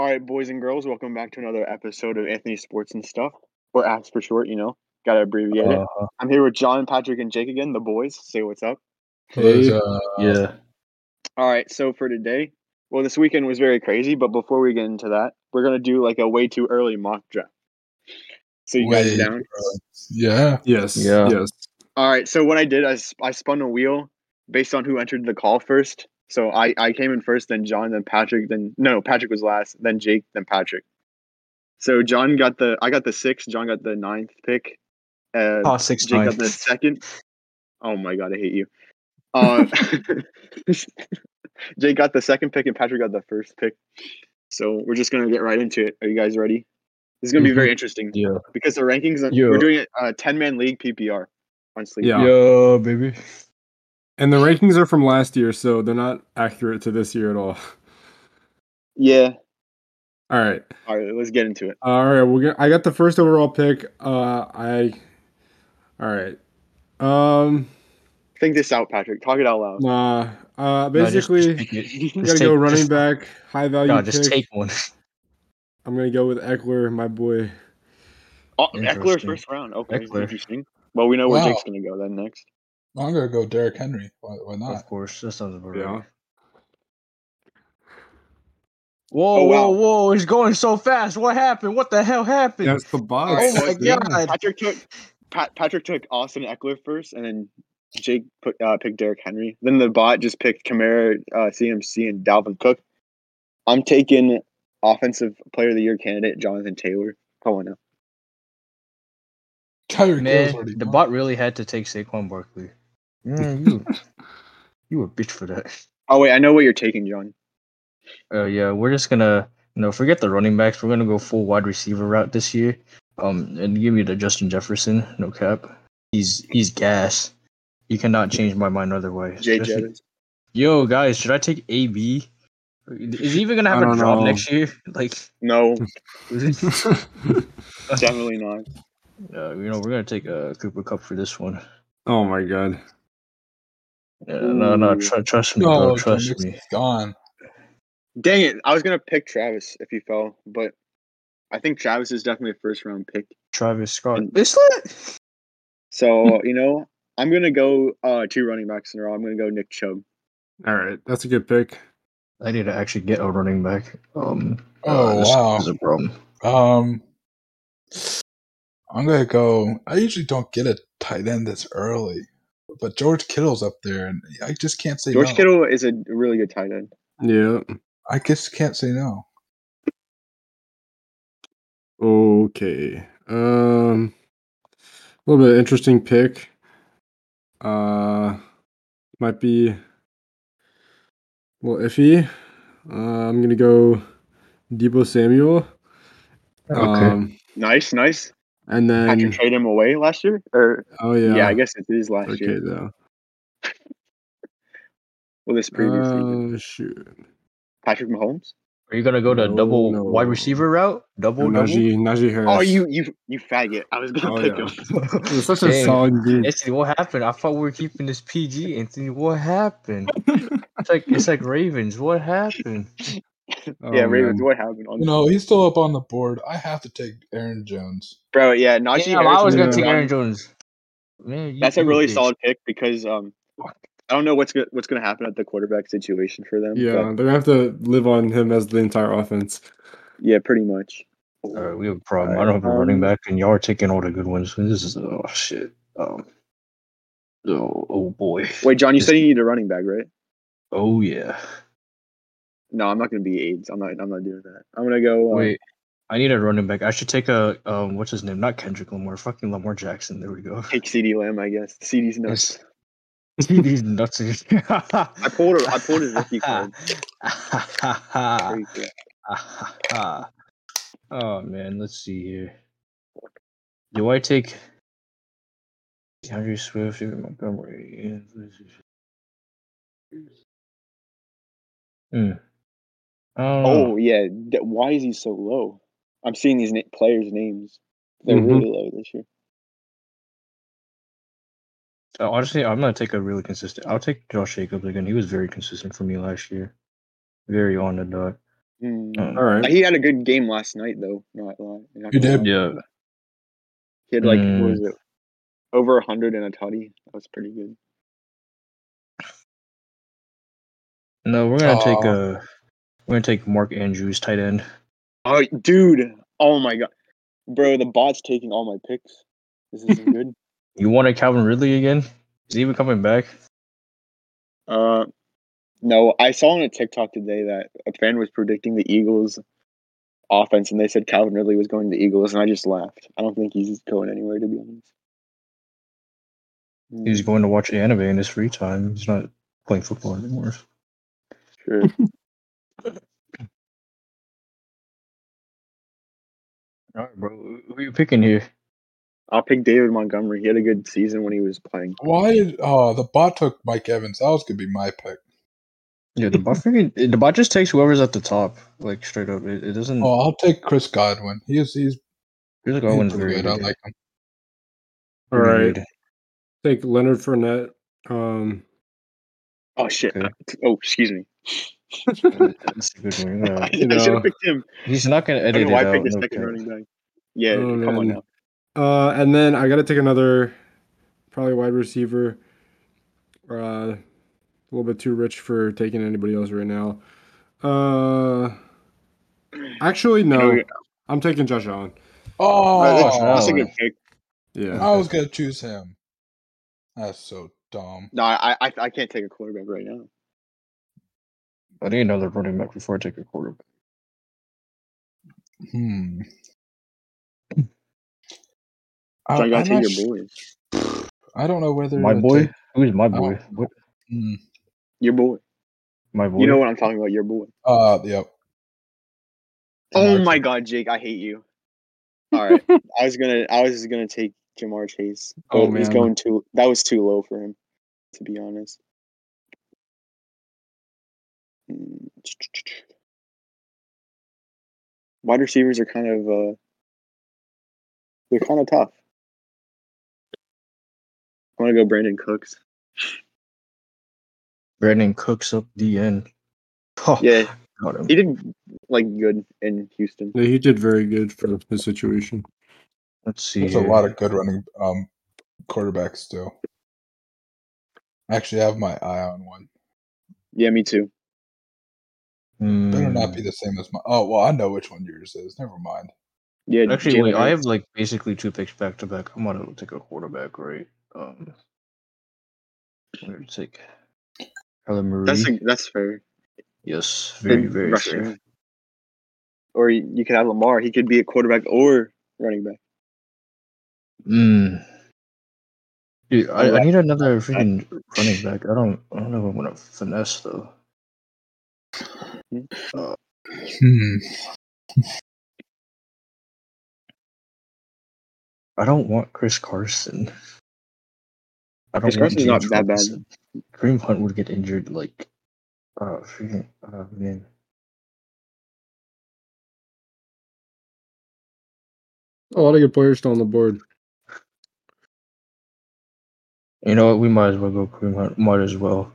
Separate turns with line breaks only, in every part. All right, boys and girls, welcome back to another episode of Anthony Sports and Stuff, or APS for short, you know, gotta abbreviate it.
Uh,
I'm here with John, Patrick, and Jake again, the boys. Say what's up.
Hey.
Those, uh,
yeah.
All right, so for today, well, this weekend was very crazy, but before we get into that, we're gonna do like a way too early mock draft. So you guys
Way
down?
yeah.
Yes.
Yeah.
Yes.
All right, so what I did, I, sp- I spun a wheel based on who entered the call first. So I, I came in first, then John, then Patrick, then no, Patrick was last, then Jake, then Patrick. So John got the I got the sixth, John got the ninth pick. Uh,
Oh, six
Jake got the second. Oh my god, I hate you. Uh, Jake got the second pick and Patrick got the first pick. So we're just gonna get right into it. Are you guys ready? This is gonna be very interesting
Mm-hmm. Yeah.
because the rankings.
Yeah.
We're doing a ten man league PPR on Sleep.
Yeah.
Yo, baby.
And the rankings are from last year, so they're not accurate to this year at all.
Yeah.
All right.
All right, let's get into it.
All right. We're gonna, I got the first overall pick. Uh, I. All right. Um.
Think this out, Patrick. Talk it out loud.
Nah. Uh.
No, just-
Basically,
just take it.
we
Just
gotta go
take-
running
just-
back, high value.
No, just
pick.
take one.
I'm gonna go with Eckler, my boy.
Oh, Eckler
Mm-hmm. Interesting.
first round. Okay,
Eckler.
interesting. Well, we know where
Wow.
Jake's gonna go then next.
I'm gonna go Derrick Henry. Why, why not?
Of course, that sounds about
Yeah.
right. Whoa,
Oh, wow.
whoa, whoa! It's going so fast. What happened? What the hell happened?
That's the box.
oh my
Alright, yeah.
god!
Patrick took Pat, Patrick took Austin Eckler first, and then Jake put, uh, picked Derrick Henry. Then the bot just picked Kamara, uh, CMC, and Dalvin Cook. I'm taking offensive player of the year candidate Jonathan Taylor. Come on now.
Tyreek Hill's
Man,
already
the
gone.
bot really had to take Saquon Barkley. Mm, you, you were a bitch for that.
Oh wait, I know what you're taking, John.
Uh, yeah, we're just gonna no forget the running backs. We're gonna go full wide receiver route this year. Um, and give me the Justin Jefferson, no cap. He's he's gas. You cannot change my mind otherwise.
Jay
Especially-
Jevons.
Yo, guys, should I take AB? Is he even gonna
I
have a
don't
job
know.
next year? Like,
No,
uh,
definitely not.
you know, we're gonna take uh, Cooper Cup for this one.
oh my god.
Yeah, no, no,
Ooh.
tr- trust me,
no,
bro, trust
Nixon's
me.
gone.
Dang it! I was gonna pick Travis if he fell, but I think Travis is definitely a first round pick.
Travis Scott.
And-
It's lit.
So you know, I'm gonna go uh, two running backs in a row. I'm gonna go Nick Chubb.
All right. That's a good pick.
I need to actually get a running back. Um,
Oh,
this
wow.
is a problem.
Um, I'm gonna go. I usually don't get a tight end this early, but George Kittle's up there, and I just can't say
George
no.
Kittle is a really good tight end.
Yeah.
I just can't say no.
Okay. Um a little bit interesting pick. Uh might be a little iffy. Uh, I'm gonna go Debo Samuel.
Okay.
Um,
Nice, nice.
and
Patrick
then
trade him away last year, or
oh
yeah,
yeah,
I guess it is last
okay
year.
though.
Well, this previous season.
Uh, shoot.
Patrick Mahomes.
Are you gonna go the
No,
double
no.
wide receiver route? Double,
Najee Najee Harris.
Oh, you, you, you faggot! I was gonna
Oh,
pick
yeah.
him.
double.
It was such a
Dang.
solid dude.
Anthony, what happened? I thought we were keeping this PG, Anthony. What happened? It's like it's like Ravens. What happened?
Oh,
yeah, Ravens.
man.
What happened on
You know, he's still up on the board. I have to take Aaron Jones.
bro? Yeah, Najee.
Damn, I
Harris
was gonna
is
take
around.
Aaron Jones. Man, you-
That's a
you
really
bitch.
solid pick because um, I don't know what's go- what's gonna happen at the quarterback situation for them.
Yeah,
but
they're gonna have to live on him as the entire offense.
yeah, pretty much.
All
Uh,
right, we have a problem. I don't have a running
Um,
back, and y'all are taking all the good ones. This is oh shit. Um, oh, oh boy.
Wait, John, you said you need a running back, right?
Oh yeah.
No, I'm not gonna be AIDS. I'm not. I'm not doing that. I'm gonna go. Uh,
Wait, I need a running back. I should take a um. What's his name? Not Kendrick Lamar. Fucking Lamar Jackson. There we go.
take CD Lamb, I guess. CD's nuts.
These nuts. I
I pulled. A, I pulled his rookie card.
card.
ah.
Pretty cool.
oh man, let's see here. Do I take DeAndre Swift, David Montgomery? Hmm.
Oh
Oh,
yeah, d- why is he so low? I'm seeing these na- players' names. They're
Mhm.
really low this year.
uh, honestly, I'm gonna take a really consistent. I'll take Josh Jacobs again. He was very consistent for me last year. Very on the dot.
Hmm.
Mm.
All right.
He had a good game last night, though. Not lying. Not
He
gonna
did.
lie.
Yeah.
He had like
Mm.
what was it, over hundred and a tutty. That was pretty good.
No, we're gonna take
Aw.
uh we're gonna take Mark Andrews tight end.
Oh, dude! Oh my god, bro! The bot's taking all my picks. This isn't good.
You wanted Calvin Ridley again? Is he even coming back?
Uh, no, I saw on a TikTok today that a fan was predicting the Eagles' offense, and they said Calvin Ridley was going to the Eagles, and I just laughed. I don't think he's going anywhere, to be honest. Hmm,
He's going to watch anime in his free time. He's not playing football anymore.
sure.
All right, bro. Who are you picking here?
I'll pick David Montgomery. He had a good season when he was playing.
Why did oh the bot took Mike Evans? That was gonna be my pick.
Yeah, the bot freaking, the bot just takes whoever's at the top, like straight up. It, it
Hmm.
doesn't.
Oh, I'll take Chris Godwin. He is he's,
Chris
he's
Godwin's very
pretty good.
good.
I like him.
All
Pretty
right.
good.
Take Leonard Fournette. Um,
Oh shit!
Okay.
Oh, excuse me.
That's a good one. yeah.
I, should
know.
have picked him.
He's not gonna
I
edit
don't know
it
why I
out.
picked the
no
second
cap.
running back. Yeah,
Oh,
come on
man.
now.
uh, and then I got to take another, probably wide receiver. Uh, a little bit too rich for taking anybody else right now. Uh, actually,
Can
no.
we-
I'm taking Josh Allen.
Uh, that's,
Oh,
that's a good
Allen.
pick.
Yeah.
I was gonna choose him. That's so dumb.
No, I, I I can't take a quarterback right now.
I need another running back before I take a quarterback.
Hmm. I,
So I gotta
I'm
take
not
your
sh-
boy.
I don't know whether
My
to
boy,
take-
who's my boy?
Oh.
What?
Hmm.
Your boy.
My boy.
You know what I'm talking about. Your boy.
Uh, yep.
Oh
Jamar
my
Chase.
god, Jake, I hate you. All right, I was gonna, I was gonna take Jamar Chase.
Oh,
Oh, he's
man.
going too. That was too low for him, to be honest. Mm, Wide receivers are kind of, uh, they're kind of tough. I want to go Brandon Cooks.
Brandon Cooks up the end. Oh,
Yeah,
got him.
he did like good in Houston.
Yeah, he did very good for the situation.
Let's see.
There's a
here.
lot of good running um quarterbacks still. Actually, I have my eye on one.
Yeah, me too.
Better
Hmm.
not be the same as my. Oh well, I know which one yours is. Never mind.
Yeah,
Actually,
Jalen
wait. I have
Hurts.
like basically two picks back to back. I'm gonna take a quarterback, right? Um, I'm gonna take Kyler Murray.
That's a, that's fair.
yes, very,
Good
very
rushing.
fair.
Or you you could have Lamar. He could be a quarterback or running back.
Mm. Dude, I, I
Alright.
need another freaking running back. I don't, I don't know if I'm gonna finesse though.
Hmm.
I don't want Chris Carson. I don't
Chris Carson's not that bad.
Robinson. Kareem Hunt would get injured like, uh, freaking, uh, man.
A lot of good players still on the board.
You know what? We might as well go Kareem Hunt. Might as well,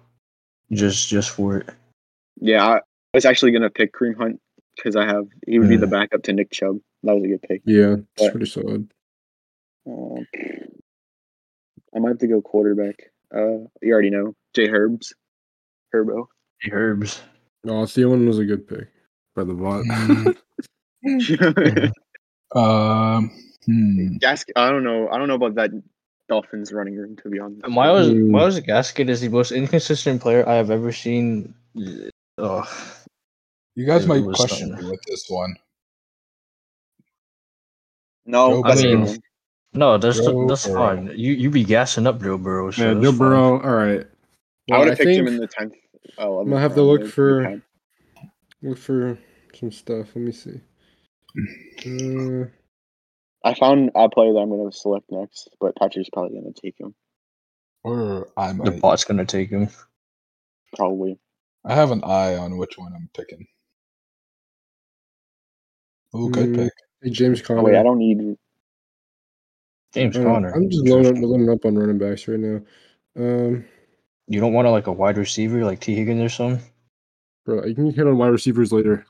just, just for it.
Yeah, I was actually gonna pick Kareem Hunt because I have he would be the backup to Nick Chubb. That was a good pick.
Yeah, it's
But-
pretty solid.
Um, I might have to go quarterback. Uh, you already know Jay Herbs, Herbo.
The herbs.
No, Thielen was a good pick by the bot.
Mm. Um. Hmm.
Gask- I don't know. I don't know about that Dolphins running room to be honest.
Miles
Mm.
Miles Gaskin is the most inconsistent player I have ever seen. Ugh.
You guys
It
might
was
question
something.
me with this one.
No,
Joe
that's a good
Burrow.
one.
No, that's
Joe
that's
Burrow.
fine. You you be gassing up Joe Burrow. So
yeah,
that's
Joe
fine.
Burrow. All right.
I
Well,
would have picked him
think-
in the tenth. Oh,
gonna have to look for- Look for some stuff. Let me see. Uh,
I found a player that I'm going to select next, but Patrick's probably going to take him.
Or I
The
might.
bot's gonna take him.
Probably.
I have an eye on which one I'm picking. Oh, good
Hmm.
pick.
hey, James
Oh,
Conner.
wait, I don't need.
James
I don't know.
Conner.
Uh, I'm just loading, loading up on running backs right now. Um,
You don't want to like a wide receiver like T Higgins or something.
bro, you can hit on wide receivers later.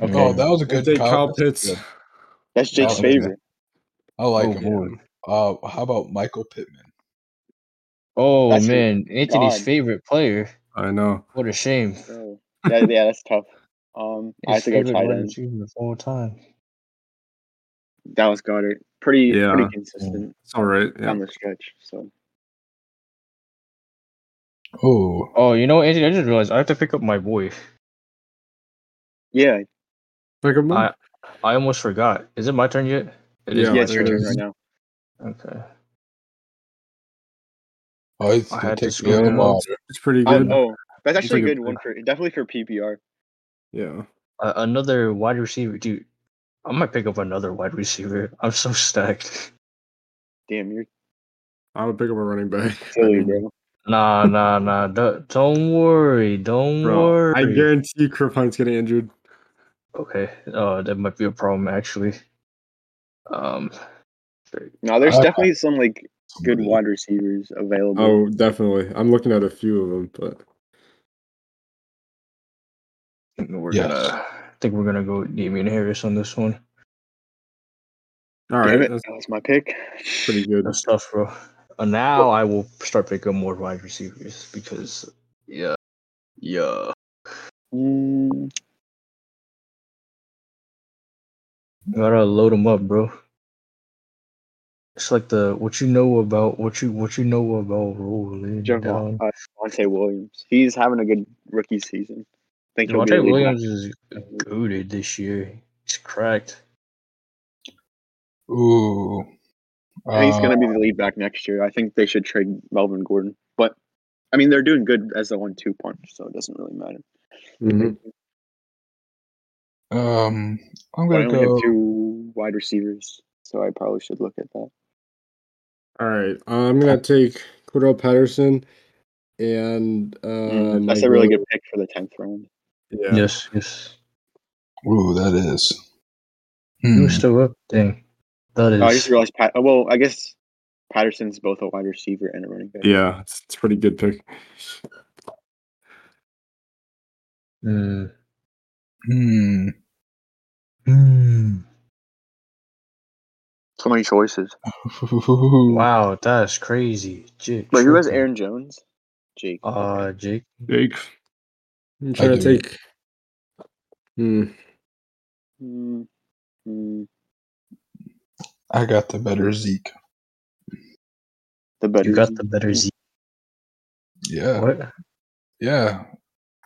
Okay.
Oh, that was a
I'll
good
take Kyle
That's
Pitts.
good.
That's Jake's
Oh, yeah.
favorite.
I like
oh,
him.
boy.
Uh, how about Michael Pittman?
Oh,
That's your
man. Anthony's
God.
favorite player.
I know.
What a shame.
So, that, Oh. yeah, that's tough. Um, I have
His
to go
favorite
tight
wide
end.
receiver of all time.
Dallas Goddard, pretty
Yeah.
pretty consistent
It's all right.
down
Yeah.
the stretch. So
Oh,
Oh, you know, Anthony, I just realized I have to pick up my boy.
yeah,
Pick him
I
up.
I almost forgot. Is it my turn yet? It is
yeah,
Yeah,
my
it's your
turn.
turn right now.
Okay.
oh he's
I
gonna
had to
take the
scroll
other
down.
water.
It's pretty
I,
good.
oh, that's
It's
actually a
like a-
good one for definitely for PPR.
yeah.
Uh, another wide receiver, dude. I might pick up another wide receiver. I'm so stacked.
Damn, you're
I would pick up a running back.
silly, bro.
Nah, nah, nah. Don't, don't worry. Don't
Bro,
worry.
I guarantee Crip Hunt's getting injured.
Okay. Uh, that might be a problem actually. Um,
No, there's
Uh,
definitely some like good
Somebody-
wide receivers available.
Oh, definitely. I'm looking at a few of them, but
we're
Yes.
gonna. I think we're gonna go with Damian Harris on this one.
all
Damn
right,
it,
that's
that was my pick.
pretty good.
That's tough, bro. And now I will start picking up more wide receivers because, yeah, yeah.
Mm,
Gotta load them up, bro. It's like the what you know about what you what you know about rolling
Javon,
down.
uh, Javante Williams. He's having a good rookie season. I think he'll be a
Javante
lead
Williams is goaded this year. He's cracked.
Ooh,
I think he's
Uh,
going to be the lead back next year. I think they should trade Melvin Gordon. But, I mean, they're doing good as a one two punch, so it doesn't really matter.
Mhm.
Um, I'm
But I
gonna
only
go.
have two wide receivers, so I probably should look at that.
All right, I'm gonna take Cordell Patterson and uh,
Mm, that's
Mike
a really good
Williams.
pick for the 10th round.
Yeah.
Yes, yes.
Ooh, that is.
He
Hmm.
was still up. Dang, that is.
Oh, I just realized, Pat- oh, well, I guess Patterson's both a wide receiver and a running back.
Yeah, it's, it's a pretty good pick.
Mm.
Hmm.
Hmm.
Mm.
So many choices.
Wow, that's crazy. Jake,
But who has
tripping.
Aaron Jones? Jake.
Uh, Jake.
Jake, I'm
I
trying to
do.
take. Hmm.
Mm, mm,
I got the better Zeke.
the better.
You got the better Z.
Yeah.
What?
Yeah.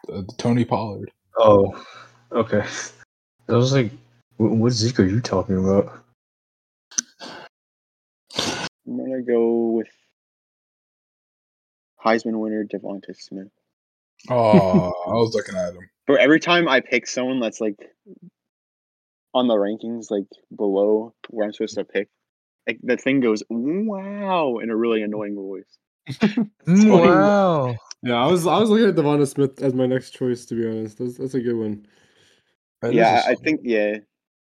Uh, Tony Pollard.
Oh, okay. I was like, "Wh- what Zeke are you talking about?
I'm going to go with Heisman winner Devonta Smith.
Oh, I was looking at him.
But every time I pick someone that's like on the rankings, like below where I'm supposed to pick, like the thing goes wow in a really annoying voice.
Mm,
funny.
wow.
Yeah, I was I was looking at Devonta Smith as my next choice. To be honest, that's, that's a good one.
That is a
yeah, I I
solid-
think yeah,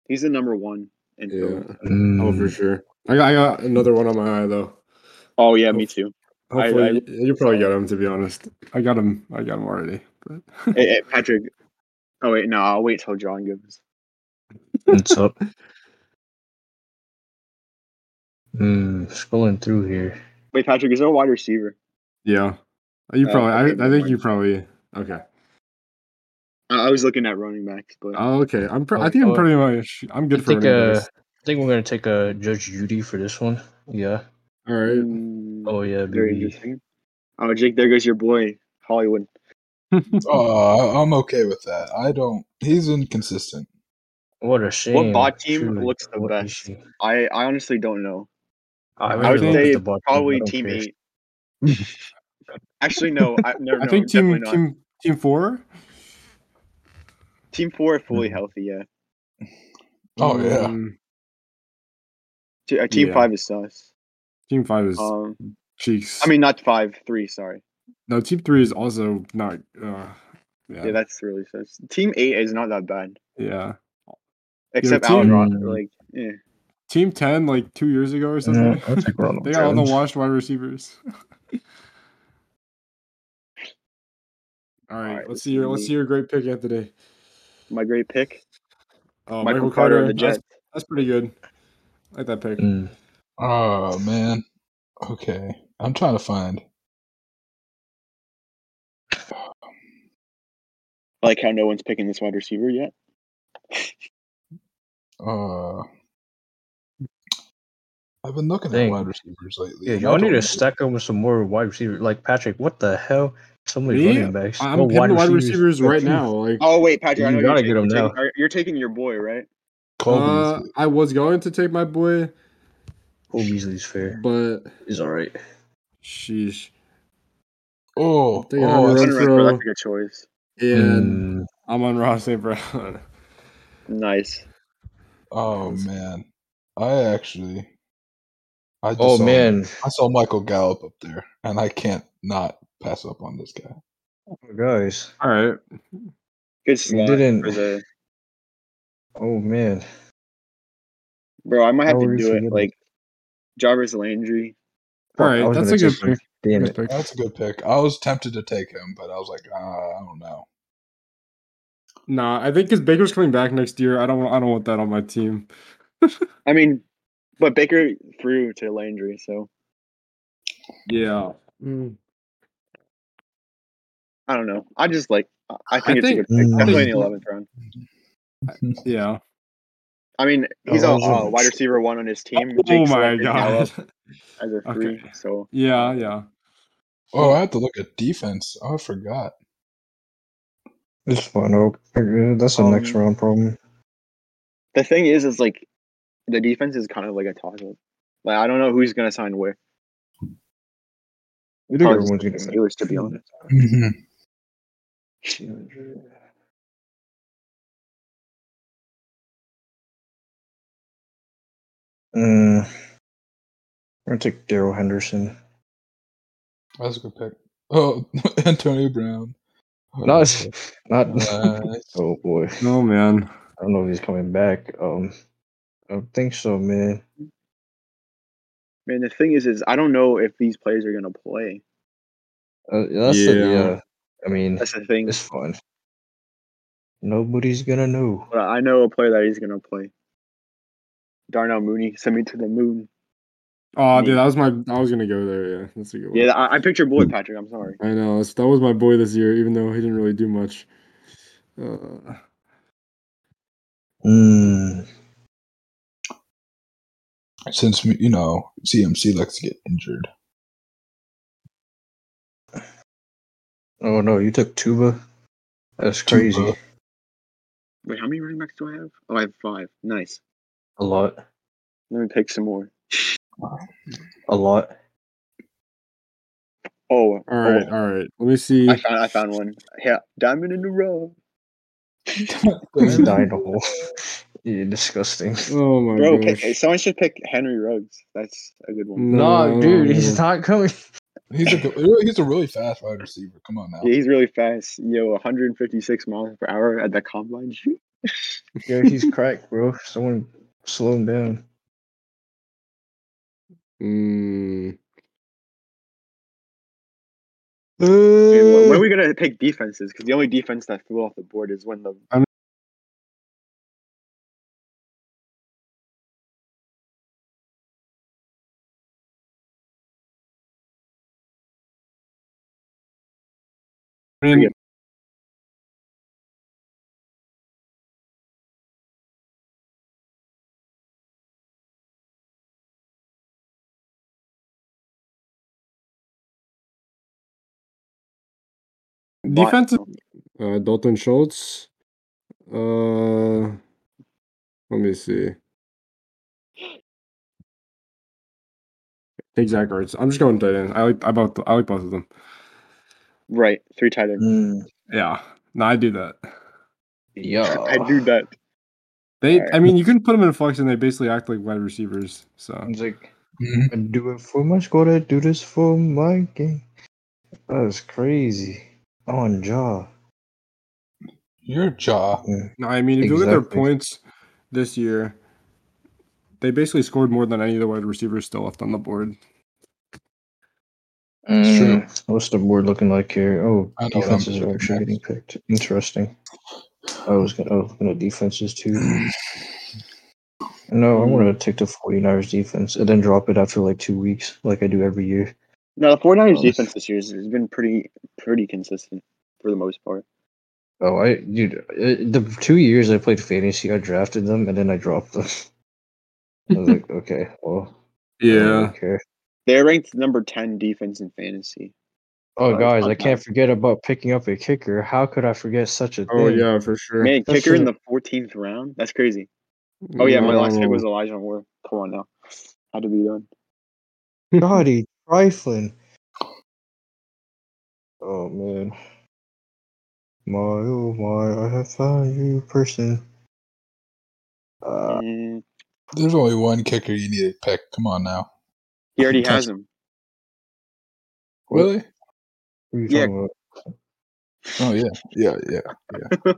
he's the number one in Philly.
Yeah. Oh, for
Mm.
sure. I got, I got another one on my eye though.
Oh yeah, me too. I-
Hopefully,
I-
you, you probably got him. To be honest, I got him. I got him already. But
Eh, eh, Patrick. Oh wait, no, I'll wait till John gives.
What's up? Mm, scrolling through here.
Wait, Patrick, is there a wide receiver?
yeah, you
Oh,
probably. I,
okay,
I
never
think
mind.
you probably. Okay.
I, I was looking at running backs, but
Oh, okay. I'm. Pr- I
Oh,
think I'm
oh.
pretty much. I'm good
I
for
think,
running
uh,
backs.
I think we're gonna take uh, Judge Judy for this one. Yeah.
All right.
Mm,
Oh yeah,
very
baby.
interesting. Oh, Jake, there goes your boy Hollywood.
Oh, I- I'm okay with that. I don't. He's inconsistent.
What a shame.
bot team
Truly,
looks the
what a
best?
shame.
I I honestly don't know.
I
I
I would
really
think-
look at
say
the bot team. I
probably
don't
team
care.
eight. Actually, no, I, no, no,
I think team
definitely not. Team,
team team four.
four fully
Mm.
healthy. Yeah,
Oh yeah.
Mm,
T- uh, team
Yeah.
five is sus.
Team five is
Um,
cheeks.
I mean, not five, three. Sorry,
no, team three is also not. Uh, yeah.
yeah,
Yeah.
that's really sus. Team eight is not that bad, except
team-
Allen Ross.
Mm.
Like, eh.
Team ten, like two years ago or something.
No, I'll take Ronald
they got all the
Jones.
washed wide receivers. All right,
Alright,
let's
this
see
is
your let's
me.
see your great pick, Anthony.
my great pick.
Oh,
Michael, Carter, and the
That's,
Jets.
that's pretty good. I like that pick.
Mm.
Oh man. Okay. I'm trying to find.
I like how no one's picking this wide receiver yet.
Uh I've been looking
Dang.
at wide receivers lately.
Yeah,
and I
y'all need
don't know.
to stack up with some more wide receivers. Like Patrick, what the hell? So many
Me?
running backs.
I'm
no
hitting wide, wide
receivers.
receivers, right now. Like
Oh wait, Patrick, I
You
know
gotta
you're,
get him
taking,
now.
you're, taking, are- you're taking your boy, right?
Colby is
uh, I was going to take my boy,
Cole Oh, Beasley's fair.
but
He's all right.
sheesh.
Oh,
They
oh,
are
I
Renfro.
Hunter
see-
Renfro, that's a good choice.
And
Mm,
I'm on Ross St. Brown.
Nice.
oh man. I actually I just
oh
saw,
man,
I saw Michael Gallup up there and I can't not pass up on this guy.
guys.
All right.
Good slot
didn't-
for the
Oh man.
bro. I might have
How are
to
we
do it
forgetting?
like Jarvis Landry.
All
Fuck,
right,
I was
that's
gonna
a
take
good
him. Damn
Good
it.
pick.
That's a good pick. I was tempted to take him, but I was like, uh, I don't know.
Nah, I think because Baker's coming back next year, I don't. want- I don't want that on my team.
I mean, but Baker threw to Landry, so
Yeah.
Mm.
I don't know. I just like I- I think
I
it's
think- Mm-hmm.
a good pick,
I
definitely in
think-
the eleventh round.
Yeah.
I mean, he's
Oh,
a
I was
uh,
wondering.
wide receiver one on his team.
oh
Jake
my
selected
god.
Gallup as a three, so
Yeah, yeah.
Oh, I have to look at defense. Oh, I forgot.
It's fine. Oh, that's a
Um,
next round problem.
the thing is, is like the defense is kind of like a toss up. Like I don't know who's gonna sign where.
We think
Probably
everyone's
the
gonna
Steelers, to be honest.
Mm. I'm gonna take Daryl Henderson.
That's a good pick. Oh, Antonio Brown. Oh,
No, it's not.
Nice.
oh boy.
Oh man.
I don't know if he's coming back. Um, I don't think so, man.
Man, the thing is, is I don't know if these players are gonna play.
Uh, that's yeah.
Yeah.
The, yeah. I mean,
That's the thing.
it's fun. Nobody's gonna know.
But I know a player that he's gonna play. Darnell Mooney, send me to the moon.
Oh,
Me.
dude, that was my. I was gonna go there. Yeah, that's a good one.
Yeah, I, I picked your boy, Patrick. I'm sorry.
I know. that's- That was my boy this year, even though he didn't really do much. Uh,
Mm.
Since, you know, CMC likes to get injured.
Oh no, you took Tuba. That's crazy.
Tuba.
Wait, how many running backs do I have? Oh, I have five. Nice.
A lot.
Let me pick some more.
A lot.
Oh,
all right,
oh,
all right. Let me see.
I found I found one. Yeah, diamond in the rough.
He's dying to hole. You're disgusting.
Oh my
Bro,
gosh.
pick, someone should pick Henry Ruggs. That's a good one.
No, dude,
no,
he's
Mm.
no.
not coming.
He's a, good, he's a really fast wide receiver. Come on now.
Yeah, he's really fast. Yo, 156 miles per hour at the combine. Shoot.
Yo, he's cracked, bro. Someone slow him down.
Mm, Uh,
Okay, wh- when are we gonna pick defenses? Because the only defense that flew off the board is when the
I mean, Defensive- uh, Dalton Schultz. Uh, let me see. Take Zach Ertz. I'm just going tight end. I like I both I like both of them.
Right, three tight ends.
Mm,
Yeah. No, I do that.
yo.
I do that.
They
Alright.
I mean you can put them in flex and they basically act like wide receivers. So
He's like,
Mhm.
I do it for my squad. I do this for my game. That's crazy. On jaw.
Your jaw.
Mm.
no, I mean if you look at their
Exactly.
points this year, they basically scored more than any of the wide receivers still left on the board.
It's true.
Mm, What's the board looking like here? Oh,
I know what I'm
defenses are
picking
actually
next.
getting picked. Interesting. I was gonna, I was gonna defenses too. No, I'm gonna take the 49ers defense and then drop it after like two weeks, like I do every year.
No, the 49ers
Um,
defense this year has has been pretty pretty consistent for the most part.
Oh, I dude, it, the two years I played fantasy, I drafted them and then I dropped them. I was like, okay, well, I don't
Yeah.
really care.
They're ranked number 10 defense in fantasy.
Oh,
Uh,
guys, I
okay.
can't forget about picking up a kicker. How could I forget such a thing?
Hmm.
Oh yeah, for sure.
Man,
That's
kicker in
true.
the 14th round? That's crazy. Oh, yeah, my last pick was
No.
Elijah Moore. Come on now. Had to be done.
Naughty trifling. Oh man. My oh my, I have found you, person. Uh,
Mm,
There's only one kicker you need to pick. Come on now.
he already
touch-
has him.
What?
Really?
who are you
Yeah.
talking about?
Oh yeah, yeah, yeah.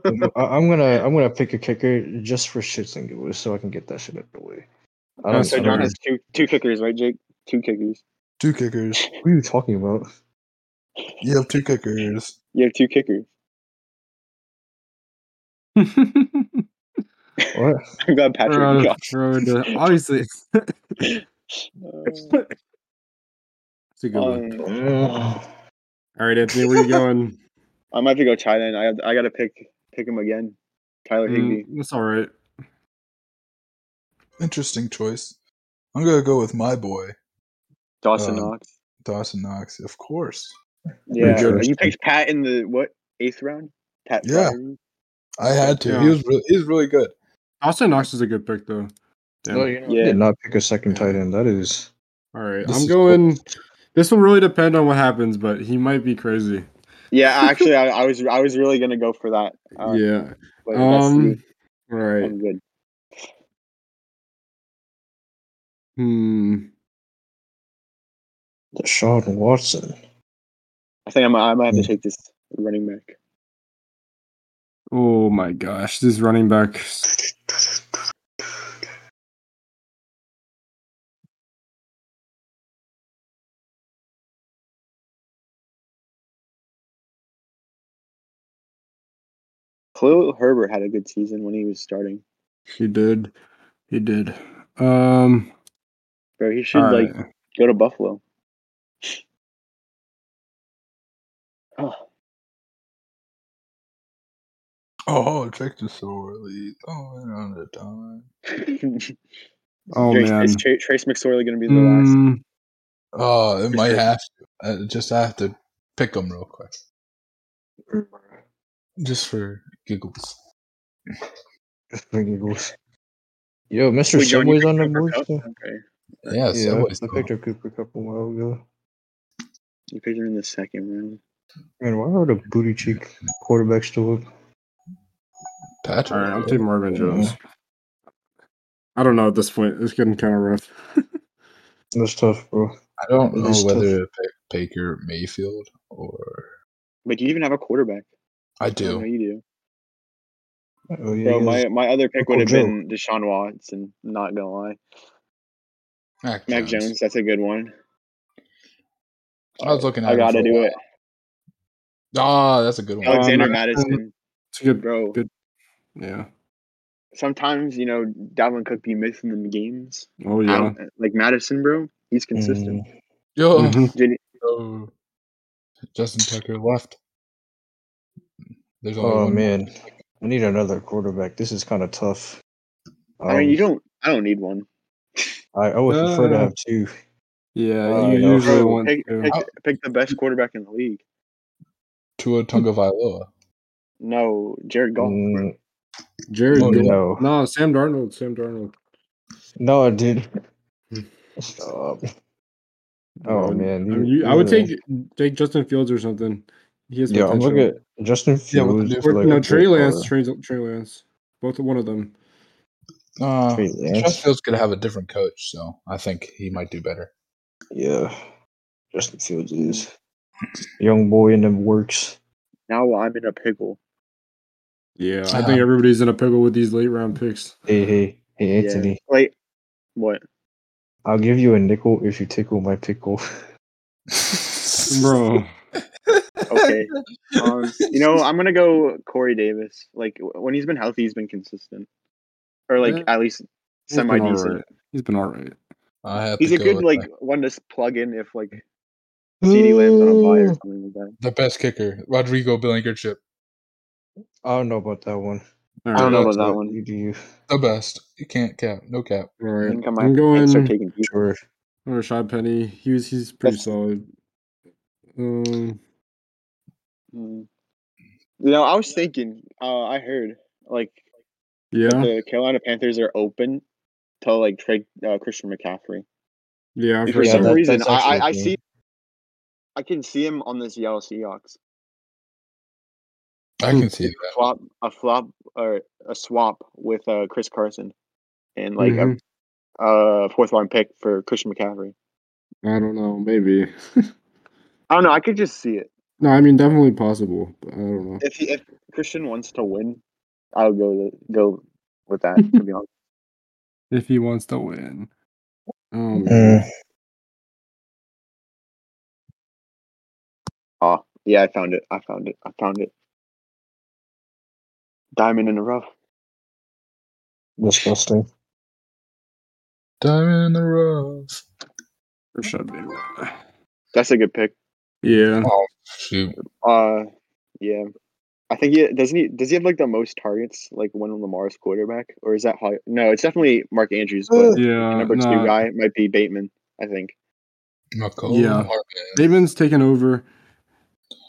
Um, I, I'm gonna I'm gonna pick a kicker just for shits and giggles, so I can get that shit out of the way.
Oh,
I don't,
That's
So
I
fine.
don't
John
know
has two two kickers, right, Jake? Two kickers.
Two kickers.
what are you talking about.
You have two kickers.
You have two kickers.
What?
I'm glad
We're
Patrick
on
got
a road to- obviously,
uh,
it's a good one.
um,
All right, Anthony, where you going?
I might have to go tight end. I have, I got to pick pick him again. Tyler Higby.
Mm, that's all right.
Interesting choice. I'm gonna go with my boy
Dawson
Um,
Knox.
Dawson Knox, of course.
Yeah.
Interesting.
You picked Pat in the what? Eighth round? Pat
Yeah.
Fryermuth?
I had to. He
Yeah.
was really, he was really good.
Austin Knox is a good pick though. Damn.
No, you know,
Yeah.
I did not pick a second tight end. That is
All right,
This
I'm
is-
going. This will really depend on what happens, but he might be crazy.
Yeah, actually I, I was I was really gonna go for that. Uh,
yeah.
but that's you.
Um. All right.
I'm good. Um,
Hmm.
Deshaun Watson.
I think I'm, I might have to
Hmm.
take this running back.
Oh my gosh, this running back.
Khalil Herbert had a good season when he was starting.
He did. He did. Um.
Bro, he should
All
like
right.
go to Buffalo. Oh,
Oh, tricked us so early. Oh, and on the time.
Oh
Trace,
man.
Is Tra- Trace McSorley going to be the last?
Hmm.
Oh, it
For
might
sure.
have to. I just have to pick him real quick, just for giggles.
Eagles. Yo, Mr.
Wait, John, you
Subway's on the
picked Cooper
board
Kupp?
still.
Okay.
Yeah,
Yeah,
Subway's
I
gone.
picked up Cooper Cup a while ago.
You picked him in the second round.
Man, why are the booty cheek quarterbacks still up?
Patrick.
All right. I'll take Marvin Jones. I don't know at this point. It's getting kind of rough.
That's tough, bro.
I don't
It
know
is
whether to pick Baker Mayfield or
But do you even have a quarterback?
I
I don't know
do.
you do.
Oh, yeah,
Bro,
yeah,
my, my other pick
Uncle
would have
Joe.
been Deshaun Watson. Not gonna lie,
Mac,
Mac Jones. That's a good one.
I was looking at.
I
him
gotta
for-
do it.
Ah, that's a good one.
Alex-
Alexander
Um,
Madison,
It's a good.
bro.
Good. Yeah.
Sometimes you know Dalvin Cook be missing them games.
Oh
I
yeah.
don't like Madison, bro. He's consistent.
Mm,
Yo,
Mhm.
Did-
yo. Justin Tucker left. There's only
oh
one.
man, I need another quarterback. This is kind of tough.
I mean, you
Um,
don't. I don't need one.
I, I would prefer to
Uh,
have two.
Yeah.
Uh,
you
no.
usually
Bro,
want
pick,
to.
pick, pick the best quarterback in the league.
Tua Tunga Vailoa.
No, Jared Goff. bro.
Mm,
Jared.
Oh,
Goff.
no.
No, Sam Darnold. Sam Darnold.
No, dude.
Hmm.
Stop. Oh,
Um,
man,
I, mean,
you-
you, I would
you're-
take take Justin Fields or something. He has
Yeah, I'm
potential.
looking at Justin
Yeah, what the
Fields.
dude-
Or
like
no,
a
Trey
great uh,
Lance,
car.
Trey, Trey Lance, both one of them.
Uh,
Trey Lance.
Justin Fields could have a different coach, so I think he might do better.
Yeah, Justin Fields is young boy in the works.
Now I'm in a pickle.
Yeah, I
Um,
think everybody's in a pickle with these late round picks.
Hey, hey, hey,
Yeah.
Anthony.
Like, what?
I'll give you a nickel if you tickle my pickle.
Bro,
okay. Um, you know, I'm gonna go Corey Davis. Like w- when he's been healthy, he's been consistent, or like
Yeah.
at least
He's been
semi decent.
alright. He's been all right.
I have
He's
to
a
go
good
with
like
my-
one to s- plug in if like CD Lamb's on a buy or something like that.
the best kicker, Rodrigo Blankenship,
I don't know about that one.
All
I don't
right.
know
that's
about that
it.
one.
You do you.
the best. You can't cap, no cap.
All
I
right.
think I might
I'm going.
start taking.
Sure.
Or Rashad Penny. He was he's pretty
That's-
solid. Um,
Mm. You know, I was thinking. Uh, I heard like that
yeah,
the Carolina Panthers are open to like trade uh, Christian McCaffrey.
yeah. I've
For
heard
Yeah,
some
that-
that.
reason,
that's
I,
actually
I, I
a thing.
see. I can see him on this Seattle Seahawks.
I
Hmm.
can see that.
Swap a flop or a swap with uh, Chris Carson, and like
Mhm.
a, a fourth round pick for Christian McCaffrey.
I don't know. Maybe.
I don't know. I could just see it.
no, I mean definitely possible. But I don't know.
If he, if Christian wants to win, I'll go go with that. To be honest,
If he wants to win. Oh man.
Mm-hmm.
Mm.
oh yeah, I found it. I found it. I found it. Diamond in the rough.
Disgusting.
Diamond in the rough.
Rashad Penny.
That's a good pick.
Yeah.
Oh shoot!
Uh, yeah. I think he doesn't he does he have like the most targets like when Lamar's quarterback or is that high? No, it's definitely Mark Andrews, but
Uh,
the
Yeah.
number two
Nah,
guy might be Bateman. I think
Nicole
Yeah.
Hardman.
Bateman's taken over.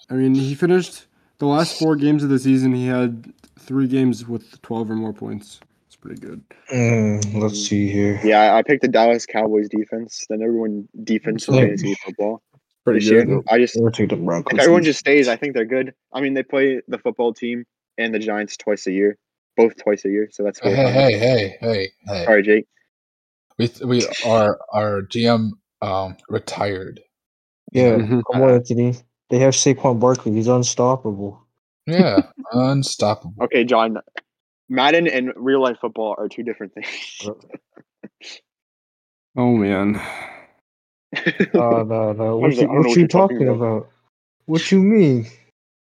I mean, he finished the last four games of the season. He had three games with twelve or more points. It's pretty good.
Mm, let's see here.
yeah, I, I picked the Dallas Cowboys defense, the number one defense in
So-
fantasy football
Pretty
this
good.
year. I just
We'll take the
if
Broncos.
everyone just stays, I think they're good. I mean, they play the football team and the Giants twice a year, both twice a year, so that's
Hey,
four.
hey,
times.
hey, hey, hey, hey!
Sorry, Jake.
We we are our GM um retired.
yeah,
Mhm.
come on, Anthony. They have Saquon Barkley. He's unstoppable.
Yeah, unstoppable.
Okay, John. Madden and real life football are two different things.
Oh man.
No, no, no. What
don't know
you,
what
what
you're talking
you talking about? What you mean?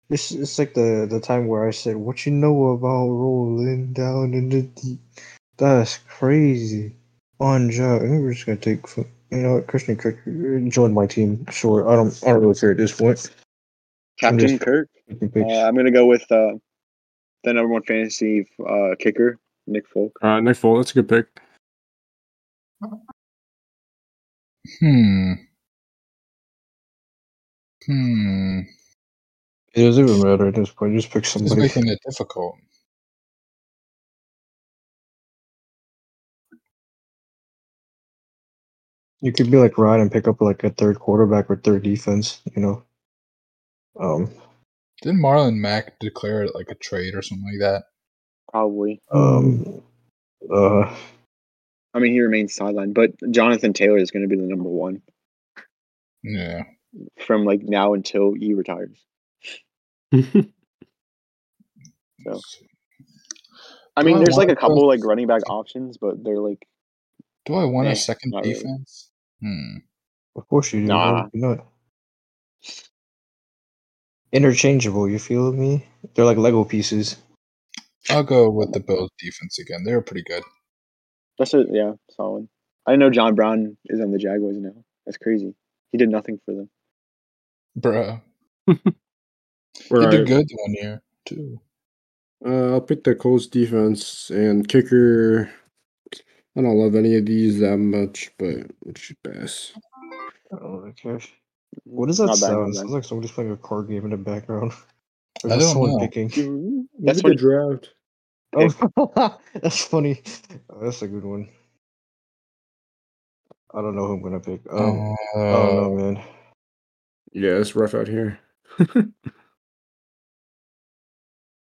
It's it's like the the time where I said, "What you know about rolling down in the deep?" That's crazy. On job, we're just gonna take. fu- You know what, Christian Kirk joined my team. Sure, I don't. I don't really care at this point.
Captain
just-
Kirk.
Taking
Uh,
picks.
I'm gonna go with uh, the number one fantasy uh, kicker, Nick Folk.
All right, Nick Foles. That's a good pick.
Hmm. Hmm.
it doesn't even matter at this point. Just pick
This is
somebody.
making it difficult.
You could be like Ryan and pick up like a third quarterback or third defense. You know. Um.
Didn't Marlon Mack declare it like a trade or something like that?
Probably.
Um. Uh.
I mean, he remains sidelined, but Jonathan Taylor is gonna be the number one
Yeah.
from like now until he retires. So I
Do
mean,
I
there's like
want
a couple
us-
like running back options, but they're like
Do I want
Eh,
a second
not really.
defense? Hmm.
Of course you do. why
Nah.
would you not? Interchangeable. You feel me? They're like Lego pieces.
I'll go with the Bills defense again. They're pretty good.
that's a, yeah solid. I know John Brown is on the Jaguars now. That's crazy. He did nothing for them.
Bruh.
All
He
right.
did good one year, too.
Uh, I'll pick the Colts defense and kicker. I don't love any of these that much, but it should pass.
Oh my gosh. What does that
Not bad,
sound?
not
sounds like somebody's playing a card game in the background. Or
I
is that
don't
someone
know.
picking?
bad.
Maybe
That's
the
what.
draft.
Oh, that's funny. Oh, that's a good one. I don't know who I'm gonna pick. Um, I don't know,
Oh, Uh,
man.
Yeah, it's rough out here.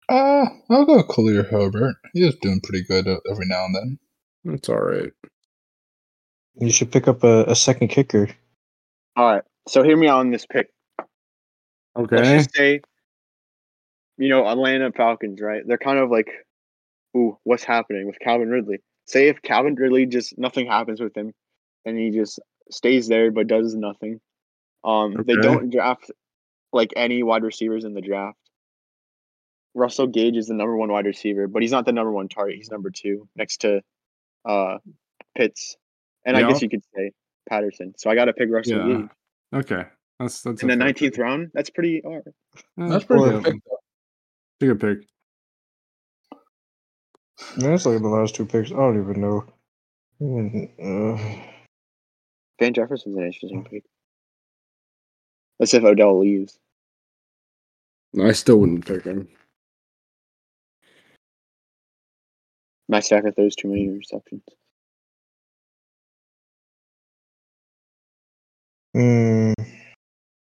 uh, I'll go Khalil Herbert. He is doing pretty good uh, every now and then.
It's all right.
You should pick up a, a second kicker.
All right. So hear me out on this pick.
Okay.
let's just say, you know, Atlanta Falcons, right? They're kind of like, ooh, what's happening with Calvin Ridley? Say if Calvin Ridley just nothing happens with him, and he just stays there but does nothing. Um, they
Okay.
don't draft like any wide receivers in the draft. Russell Gage is the number one wide receiver, but he's not the number one target. He's number two next to uh Pitts. And
Yeah.
I guess you could say Patterson. So I gotta pick Russell
Yeah.
Gage.
Okay, that's that's
In the
a fair
nineteenth
pick.
round, that's pretty all right.
Yeah,
That's pretty
Or-
good. pick, though.
It's a good pick.
Man, it's like the last two picks. I don't even know. Mm, uh,
Van Jefferson's an interesting pick. That's if Odell leaves.
No, I still wouldn't pick him.
Matt Stafford throws too many interceptions.
mm,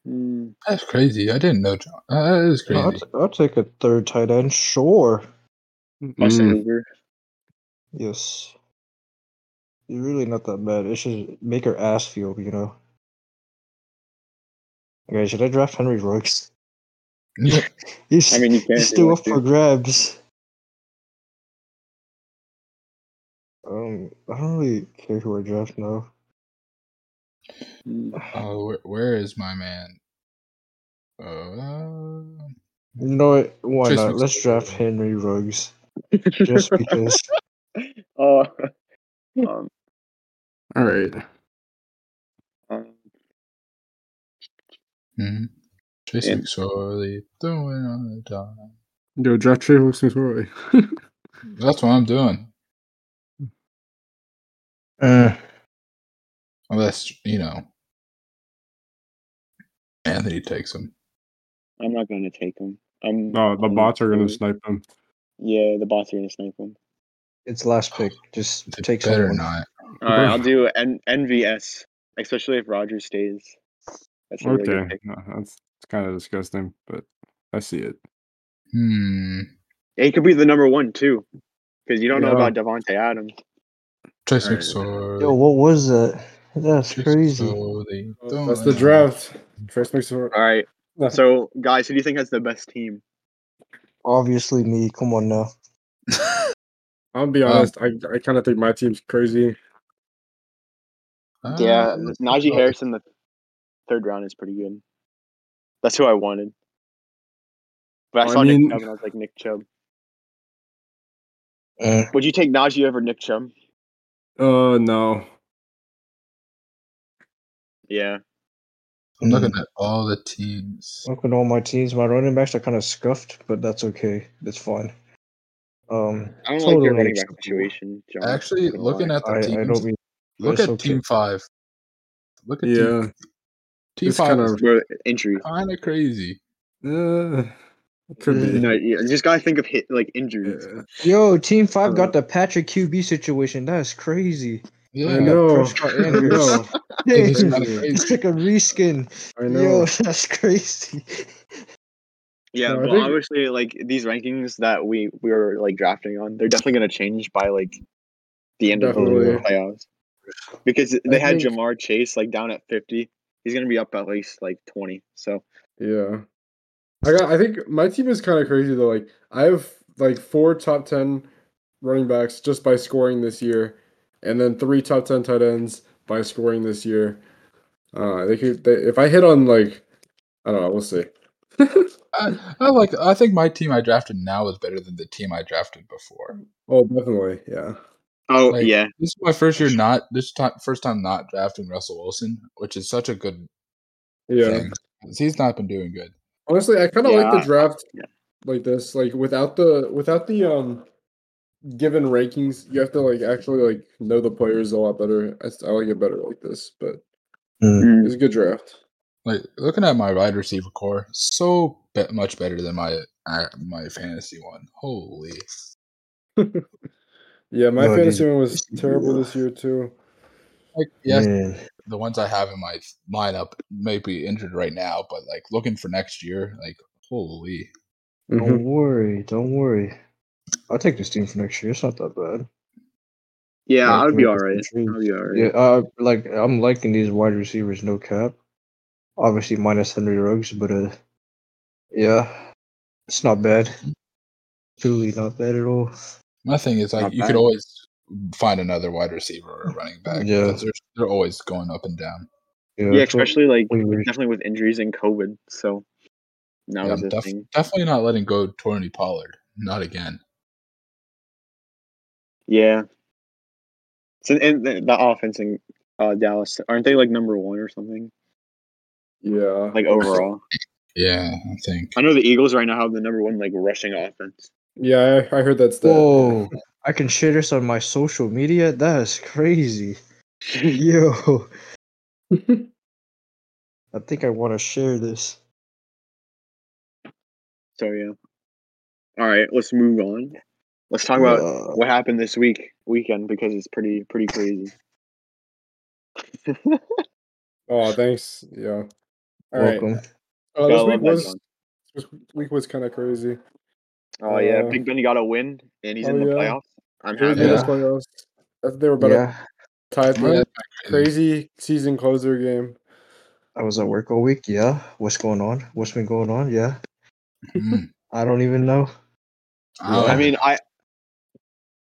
Mm,
That's crazy. I didn't know John. Uh, That is crazy.
I'll, t- I'll take a third tight end. Sure.
Austin
Mm.
Hooper.
Yes. It's really not that bad. It should make her ass feel, you know. Okay, should I draft Henry Ruggs? He's,
I mean, you can't.
he's still up for grabs. Um, I don't really care who I draft now.
Oh, where, where is my man? Uh,
You know what? Why
Chase
not?
Wick's
Let's
still
draft
there.
Henry Ruggs just
Hmm.
because.
uh, um,
All right.
um,
mm-hmm. Chase
Yeah.
McSorley throwing on the dime.
Yo, draft Trey Hooks McSorley.
That's what I'm doing.
Uh,
Unless you know, Anthony takes him.
I'm not going to take him. I'm,
no, Oh, the
I'm
bots are gonna
too-
snipe him.
Yeah, the bots are going to snipe him.
it's last pick. Just
They
take
better
someone.
not.
All right, I'll do N- NVS, especially if Rogers stays. That's a really
Okay,
good pick.
no, that's it's kind of disgusting, but I see it.
Hmm.
It could be the number one too, because you don't know
Yeah.
about Devonte Adams.
Chase
Alright.
McSorley.
Yo, what was that? That's
Chase
crazy.
McSorley
Uh, That's
throwing
the
on-
draft. Trace McSorley.
All right,
Yeah.
so guys, who do you think has the best team?
Obviously, me. Come on now.
I'll be
Um,
honest. I, I kind of think my team's crazy.
Ah,
yeah,
that's
Najee
the-
Harris in the third round is pretty good. That's who I wanted. But I
I
saw
mean-
Nick Chubb and I was like, Nick Chubb.
Uh,
Would you take Najee over Nick Chubb?
Uh, no.
Yeah.
I'm looking at all the teams.
Look at Mm. all my teams. My running backs are kind of scuffed, but that's okay. That's fine.
I
Um,
don't like
Totally
your running back
acceptable.
situation, John.
Actually,
I'm gonna
looking
lie.
at the
I,
teams,
I don't mean
look
it's
at
okay.
Team Five. Look at Team
Yeah.
Team
It's
Five
kind of
Bro, injury.
kind of crazy.
Uh, it could be.
No, you you just gotta think of hit like injuries.
Yeah.
Yo, Team Five
Uh,
got the Patrick QB situation. That's crazy.
Yeah,
I know.
Prescott
I
Andrews.
know.
Hey,
It's kinda crazy.
it's like a reskin.
I
Yo,
know.
that's crazy.
Yeah,
No, I
but
think-
obviously, like these rankings that we we were like drafting on, they're definitely gonna change by like the end of
Definitely.
the playoffs because they had
think-
Jamar Chase like down at fifty. He's gonna be up at least like twenty. So
Yeah. I got. I think my team is kind of crazy though. Like I have like four top ten running backs just by scoring this year, and then three top ten tight ends by scoring this year. Uh, they could. They, if I hit on like, I don't know. We'll see.
I, I like. I think my team I drafted now is better than the team I drafted before.
Oh, definitely. Yeah.
oh
Like-
yeah,
This is my first year not this time first time not drafting Russell Wilson, which is such a good
Yeah.
thing. 'cause He's not been doing good.
Honestly, I kind of like
Yeah.
the draft
Yeah.
like this, like without the without the um given rankings. You have to like actually like know the players a lot better. I, s- I like it better like this, but it's a good draft.
Like looking at my wide receiver core, so be- much better than my uh, my fantasy one. Holy,
Yeah, my
No, these
fantasy one was
these are
terrible
real.
this year too.
like yes,
Man.
the ones I have in my lineup may be injured right now, but like looking for next year, like holy,
Mm-hmm.
Don't worry. Don't worry. I'll take this team for next year. It's not that bad.
yeah,
Like,
I would be
like,
all right.
it's
I
injuries.
would be all right.
Yeah, uh, like I'm liking these wide receivers, no cap. Obviously minus Henry Ruggs, but uh, yeah, it's not bad. Truly not bad at all.
my thing is like
Not
you
bad.
could always find another wide receiver or running back.
Yeah.
because They're, they're always going up and down.
Yeah,
it's what-
especially like
we were-
definitely with injuries and COVID. So Now
Yeah,
is the
I'm def-
thing.
definitely not letting go of Tony Pollard. Not again.
Yeah. So and the, the offense in uh, Dallas aren't they like number one or something
Yeah.
like overall?
Yeah, I think.
I know the Eagles right now have the number one like rushing offense.
Yeah, I, I heard that's the
Whoa! I can share this on my social media. That is crazy. Yo, I think I want to share this.
So yeah. All right, let's move on. Let's talk about
Uh,
what happened this week weekend because it's pretty pretty crazy.
Oh, thanks. Yeah. All right.
welcome.
Uh,
Gotta
this
love
week
that,
was
John.
this week was kind of crazy.
Oh yeah,
Uh,
Big Benny got a win and he's
oh,
in the
yeah.
playoffs. I'm
They
happy.
made us
Yeah.
playoffs. I think They were about
Yeah,
a tie for
Yeah,
it. crazy season closer game.
I was at work all week. Yeah, what's going on? What's been going on? Yeah,
Mm.
I don't even know.
Oh,
I mean, I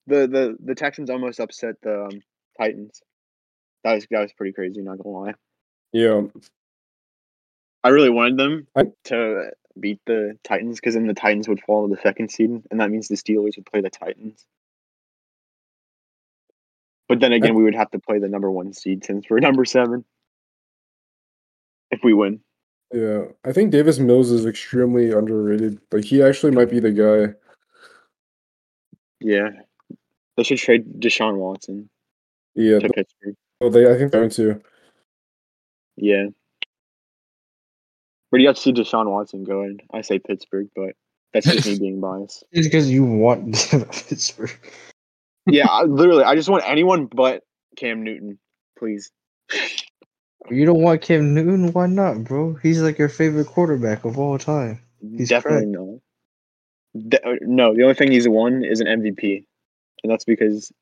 the the the Texans almost upset the um, Titans. That was that was pretty crazy. Not gonna lie,
Yeah.
I really wanted them
I-
to beat the Titans because then the Titans would fall to the second seed, and that means the Steelers would play the Titans. But then again, we would have to play the number one seed since we're number seven. If we win,
Yeah. I think Davis Mills is extremely underrated. Like he actually might be the guy.
yeah, they should trade Deshaun Watson
Yeah.
to Pittsburgh.
though they I think they're into.
Yeah, but you have to see Deshaun Watson going. I say Pittsburgh, but that's just me being biased.
It's because you want Pittsburgh.
Yeah, I, literally, I just want anyone but Cam Newton, please.
You don't want Cam Newton? Why not, bro? He's like your favorite quarterback of all time. He's
Definitely no. De- uh, no, the only thing he's won is an MVP, and that's because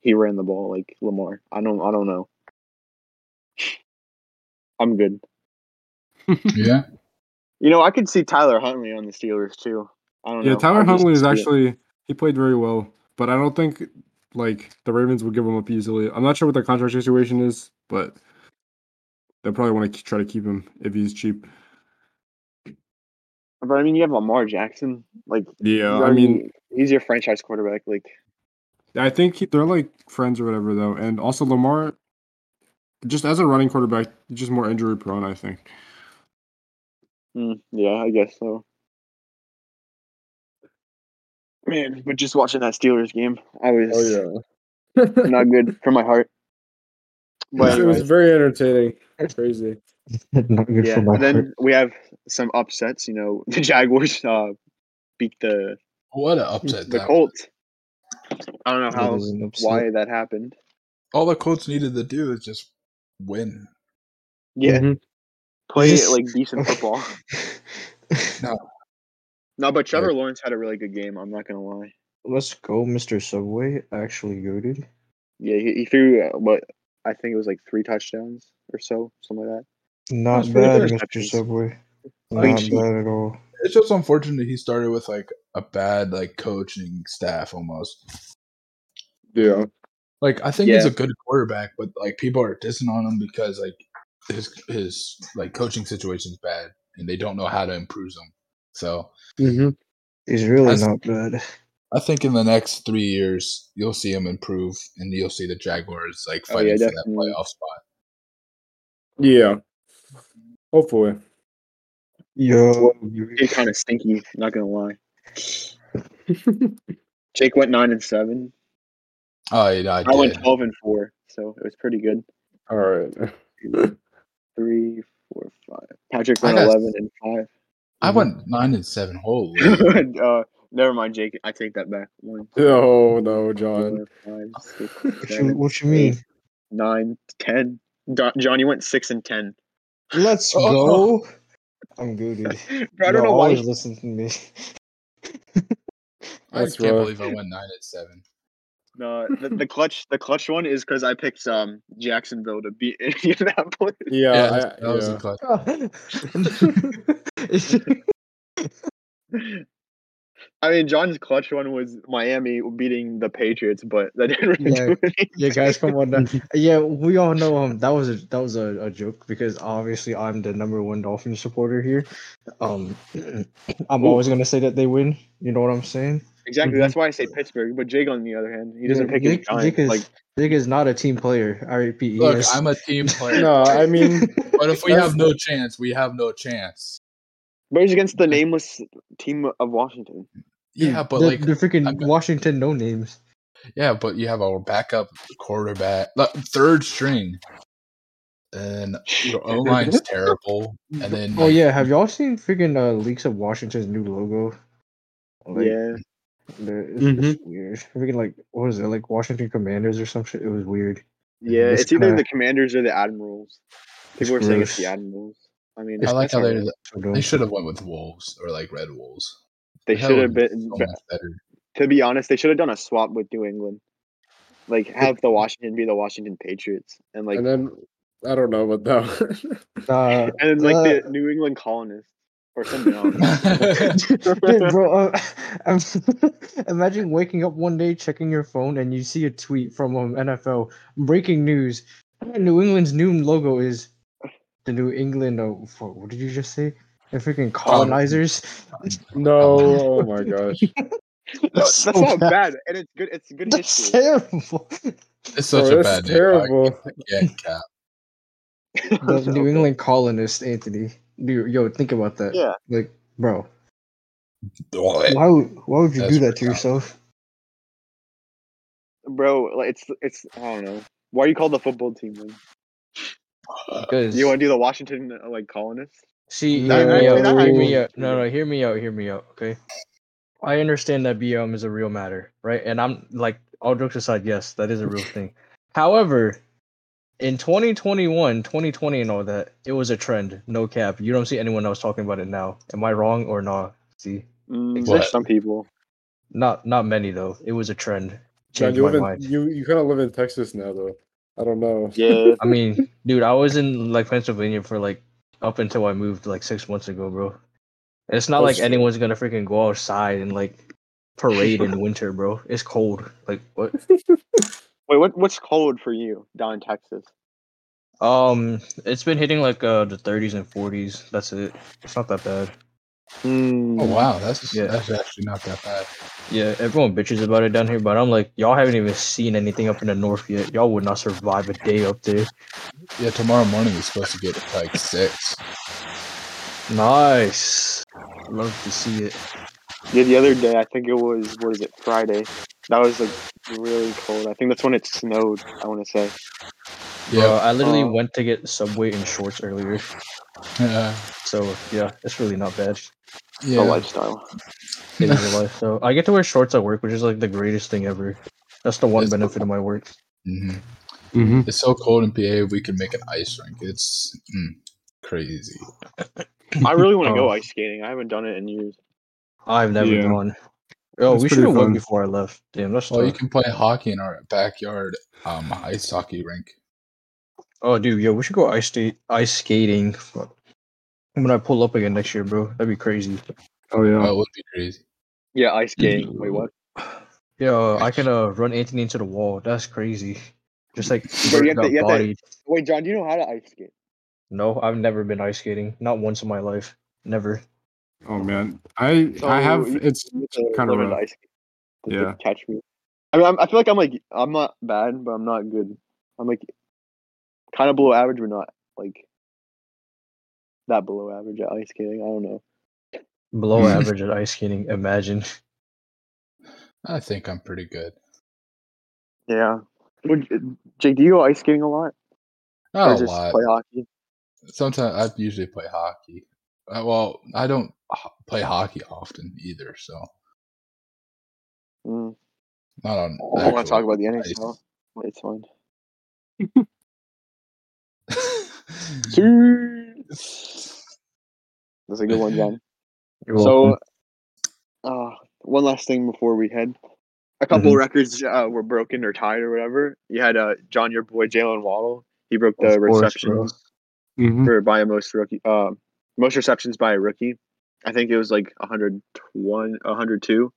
he ran the ball like Lamar. I don't. I don't know. I'm good.
yeah.
You know, I could see Tyler Huntley on the Steelers too. I don't
Yeah,
know.
Tyler
I just
Huntley is
see it.
actually he played very well, but I don't think like the Ravens would give him up easily. I'm not sure what the contract situation is, but they'll probably want to try to keep him if he's cheap.
But I mean, you have Lamar Jackson. Like,
Yeah,
you
I
already-
mean,
he's your franchise quarterback. Like,
I think he, they're like friends or whatever though, and also Lamar, just as a running quarterback, just more injury prone. I think.
mm, yeah, I guess so. Man, but just watching that Steelers game, I was
Oh, yeah,
not good for my heart. But
it was
anyways,
very entertaining. Crazy.
correct. Not good
yeah.
for my
And
heart.
then we have some upsets. You know, the Jaguars uh, beat the
What an upset
the
that
Colts. I don't know
That
how
is an upset.
why that happened.
all the Colts needed to do is just win.
Yeah,
Mm-hmm.
Mhm.
play
Just-
like decent football. No, but Trevor
Right.
Lawrence had a really good game. I'm not gonna lie.
Let's go, Mr. Subway. Actually, goaded.
Yeah, he, he threw uh, what I think it was like three touchdowns or so, something like that.
Not
That's pretty
bad,
good.
Mr. Subway.
Clean
Not
sheet.
bad at all.
It's just unfortunate he started with like a bad like coaching staff almost.
Yeah.
Like I think he's
Yeah.
a good quarterback, but like people are dissing on him because like his his like coaching situation's bad and they don't know how to improve him. So
Mhm.
He's really
That's-
not bad.
I think in the next three years you'll see him improve and you'll see the Jaguars like
Oh, yeah,
fighting for that
definitely.
playoff spot.
Yeah. Hopefully.
Yo,
It kind of stinky. Not gonna lie. Jake went nine and seven.
Oh yeah, I
I went
did.
twelve and four, so it was pretty good.
All right.
Three, four, five. Patrick
I
went
got-
eleven and five.
I went nine and seven. Holy,
uh, never mind, Jake. I take that back. One,
No, no,
four,
John.
five, six,
what you,
seven,
what you mean?
nine, ten. Do- Johnny went six and ten.
Let's
Oh.
go. I'm goaded.
Bro, I don't know why.
always listen to me.
I
That's
can't
rough.
believe I went nine and seven.
No, the, the clutch, the clutch one is because I picked um Jacksonville to beat Indianapolis.
Yeah,
yeah,
I-
that was a
yeah.
clutch.
Yo,
I mean, John's clutch one was Miami beating the Patriots, but that didn't really
Yeah.
do anything.
Yeah, guys, come on now. Yeah, we all know um that was a that was a, a joke because obviously I'm the number one Dolphin supporter here. Um, I'm always gonna say that they win. You know what I'm saying?
Exactly.
Mhm.
That's why I say Pittsburgh. But Jake, on the other hand, he doesn't
Yeah,
pick
Jake,
his Giants.
Jake is
like
Jake is not a E team player. I repeat, he
Look,
is.
I'm a team player.
No, I mean,
But if we
That's-
have no chance, we have no chance.
But he's against the nameless team of Washington.
Yeah, but
they're,
like,
they're freaking
I'm-
Washington no names.
yeah, but you have our backup quarterback, like, third string, and your
"Oh
O line's terrible. And then,
Oh
like,
yeah, have y'all seen freaking uh, leaks of Washington's new logo? Like,
yeah.
they're- It's, it's
Mm-hmm.
weird. Freaking like what was it like Washington Commanders or some shit? It was weird.
Yeah.
it's
It's, either
kinda-
the Commanders or the Admirals.
It's
People were saying it's the
gross.
Admirals. I mean,
I like
It's
how
not
they
so dumb.
they should have went with wolves or like red wolves.
they
That
should have
would've
been.
so much better.
To be honest, they should have done a swap with New England. Like have the Washington be the Washington Patriots, and like
and
and,
then I don't know what that.
Nah,
then like
uh,
the New England Colonists or something else.
Dude, bro, uh, I'm- imagine waking up one day, checking your phone, and you see a tweet from um, NFL breaking news: New England's new logo is the New England. Uh, what, what did you just say? The freaking colonizers.
no, oh my gosh.
that's,
so
that's not
bad.
bad, and it's good. It's good
That's
history.
terrible.
it's such a
Bro, this is
bad name.
terrible.
Yeah, cap.
The New
Okay.
England colonists, Anthony. Dude, yo, think about that.
Yeah.
Like, bro,
What?
why would why would you
That's
do that to
pretty
yourself?
bro. Like it's it's. I don't know. Why are you called the football team? Then?
Because
You want to do the Washington uh, like colonists?
See,
No,
hear me
no,
out.
no,
Hear
no.
me out. No, no, hear me out. Hear me out. Okay. I understand that BLM is a real matter, right? And I'm like, all jokes aside, yes, that is a real thing. However, in 2021, 2020, and all that, it was a trend. No cap. You don't see anyone else talking about it now. Am I wrong or not? See,
Mm,
What?
there's some people.
not not many though. It was a trend.
John,
Changed
you
my
live in,
mind.
you you kind of live in Texas now though. I don't know.
Yeah,
I mean, dude, I was in like Pennsylvania for like up until I moved like six months ago, bro. And it's not like
That's true.
anyone's gonna freaking go outside and like parade in winter, bro. It's cold. Like what?
Wait, what what's cold for you down in Texas?
Um, it's been hitting like uh the 30s and 40s. That's it. It's not that bad.
Mm.
Oh wow, that's
Yeah.
that's actually not that bad.
Yeah, everyone bitches about it down here, but I'm like, y'all haven't even seen anything up in the north yet. Y'all would not survive a day up there.
Yeah, tomorrow morning we're supposed to get like six.
Nice. Love to see it.
Yeah, the other day I think it was what is it Friday? That was like really cold. I think that's when it snowed. I want to say.
Bro,
Yeah,
I literally
uh,
went to get Subway in shorts earlier.
yeah,
So yeah, it's really not bad.
The
Uh, yeah.
lifestyle.
It is a life. So I get to wear shorts at work, which is like the greatest thing ever. That's the one
That's-
benefit of my work.
hmm
Mm-hmm.
It's so cold in PA. We can make an ice rink. It's mm, crazy.
I really want to
Oh.
go ice skating. I haven't done it in years.
I've never
Yeah.
gone. Oh,
That's
we should
pretty
have went
fun.
before I left. Damn, that's
Oh,
Well, you
tough.
can play hockey in our backyard um, ice hockey rink.
Oh, dude, yo, we should go ice skate, ice skating. Fuck. When I pull up again next year, bro, that'd be crazy.
Oh
Oh,
yeah.
it would be crazy.
Yeah, ice skating. Wait, what?
Yo, I can uh, run Anthony into the wall. That's crazy. Just like
Bro, you have
Bert
to-
got
you have to-
bodied.
Wait, John, do you know how to ice skate?
No, I've never been ice skating. Not once in my life. Never.
Oh man, I I have
you-
it's
you have to
kind of
learn to
rough.
ice skate to- to
Yeah.
Catch me. I mean, I'm, I feel like I'm like I'm not bad, but I'm not good. I'm like kind of below average, but not like that below average at ice skating. I don't know.
Below average at ice skating. Imagine.
I think I'm pretty good.
Yeah. Would, Jake, do you go ice skating a lot?
Not a
just
lot.
play hockey?
Sometimes I usually play hockey. Uh, well, I don't ho- play hockey often either, so
Mm.
not on.
Oh, I don't want
actual-
to talk about the
ice.
NHL. but It's fine.
Mm.
That's a good one, John.
You're
So,
welcome.
uh, one last thing before we head. A couple
Mhm.
records uh, were broken or tied or whatever. You had uh, John, your boy Jalen Waddle. He broke
Of
the
course, bro.
Hmm. Mm-hmm.
receptions for by a most rookie, uh, most receptions by a rookie. I think it was like 101, 102.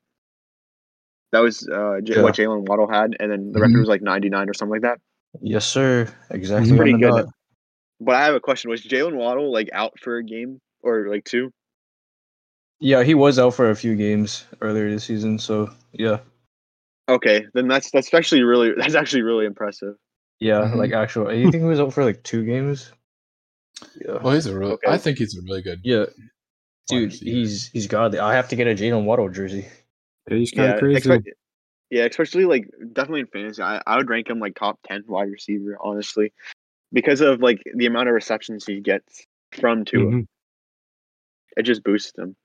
That was uh, J-
Yeah.
what Jalen Waddle had, and then the record was like 99 or something like that.
Yes, sir. Exactly.
Pretty
on the
good.
dot.
But I have a question: Was Jalen Waddle like out for a game or like two?
Yeah, he was out for a few games earlier this season, so yeah,
Okay, then that's that's actually really that's actually really impressive.
yeah,
Mhm.
like actual. You think he was out for like two games? Yeah,
Well, he's a really.
Okay.
I think he's a really good.
yeah,
wide
dude,
receiver.
he's he's godly. I have to get a Jalen Waddle jersey.
Yeah, he's kind of crazy.
expect- yeah, especially like definitely in fantasy, I, I would rank him like top ten wide receiver, honestly, because of like the amount of receptions he gets from Tua.
Mhm.
It just boosts him.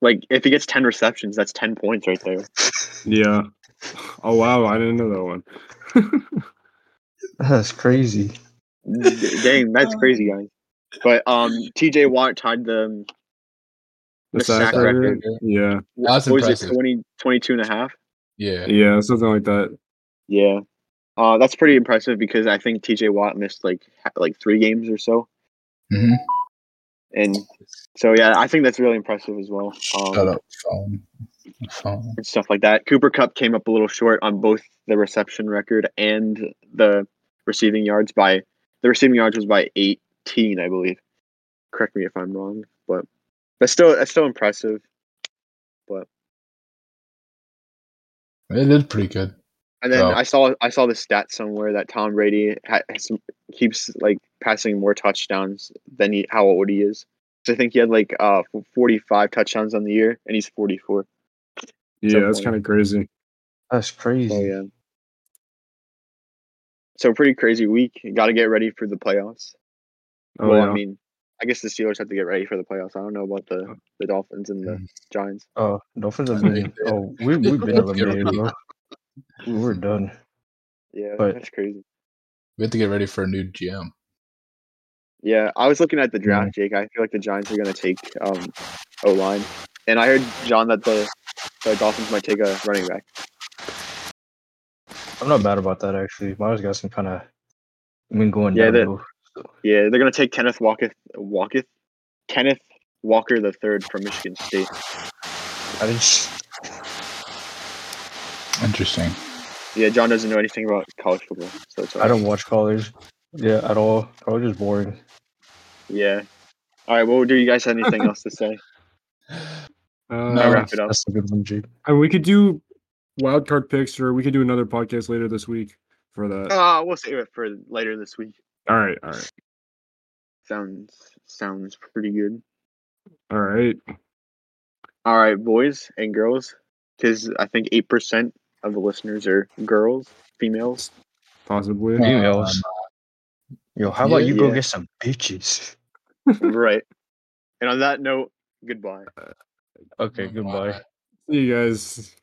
Like if he gets ten receptions, that's ten points right there.
Yeah. Oh wow, I didn't know that one.
That's crazy.
D- Dang, that's
Uh.
crazy, guys. But um, T.J. Watt tied the
The
The
sack
sack record.
record. Yeah.
That's
what was it
impressive.
20, 22 and a half?
Yeah.
Yeah, something like that.
Yeah. Uh, that's pretty impressive because I think T.J. Watt missed like ha- like three games or so,
hmm
and so yeah, I think that's really impressive as well.
Shut
Um,
up, phone. Phone.
and stuff like that. Cooper Cup came up a little short on both the reception record and the receiving yards by the receiving yards was by eighteen, I believe. Correct me if I'm wrong, but that's still that's still impressive.
They did pretty good.
And then
Oh.
I saw I saw the stat somewhere that Tom Brady ha- has, keeps like passing more touchdowns than he, how old he is. So I think he had like uh f- 45 touchdowns on the year, and he's 44.
Yeah,
Something
that's
like
kind of crazy.
That's crazy.
So yeah. So pretty crazy week. Got to get ready for the playoffs.
Oh
well,
yeah.
I mean, I guess the Steelers have to get ready for the playoffs. I don't know about the the Dolphins and the
Mm.
Giants.
Oh, Dolphins have
I
been.
think they-
Oh, we we've been eliminated, bro.
Everybody-
We We're done.
Yeah,
But-
that's crazy.
We have to get ready for a new GM.
Yeah, I was looking at the draft, Jake. I feel like the Giants are going to take um, O line, and I heard John that the the Dolphins might take a running back.
I'm not mad about that actually. Miles got some kind of. I mean, going
Yeah,
down.
that-
though.
Yeah, they're going to take Kenneth Walker, Walker, Kenneth Walker the third from Michigan State.
I didn't.
Interesting.
Yeah, John doesn't know anything about college football, so it's all
I
right.
don't watch college. Yeah, at all. College is boring.
Yeah. All right. Well, do you guys have anything else to say?
Uh,
I'll
No.
wrap it up.
That's a good one, Jake.
and we could do wild card picks, or we could do another podcast later this week for that.
Uh, we'll save it for later this week.
all right, all right,
Sounds sounds pretty good.
all right.
All right, boys and girls, because I think eight percent of the listeners are girls, females.
Possibly.
Yeah.
Females. Yo, how about
Yeah,
you go
yeah.
get some bitches?
right. And on that note, goodbye.
Okay, goodbye.
See you guys.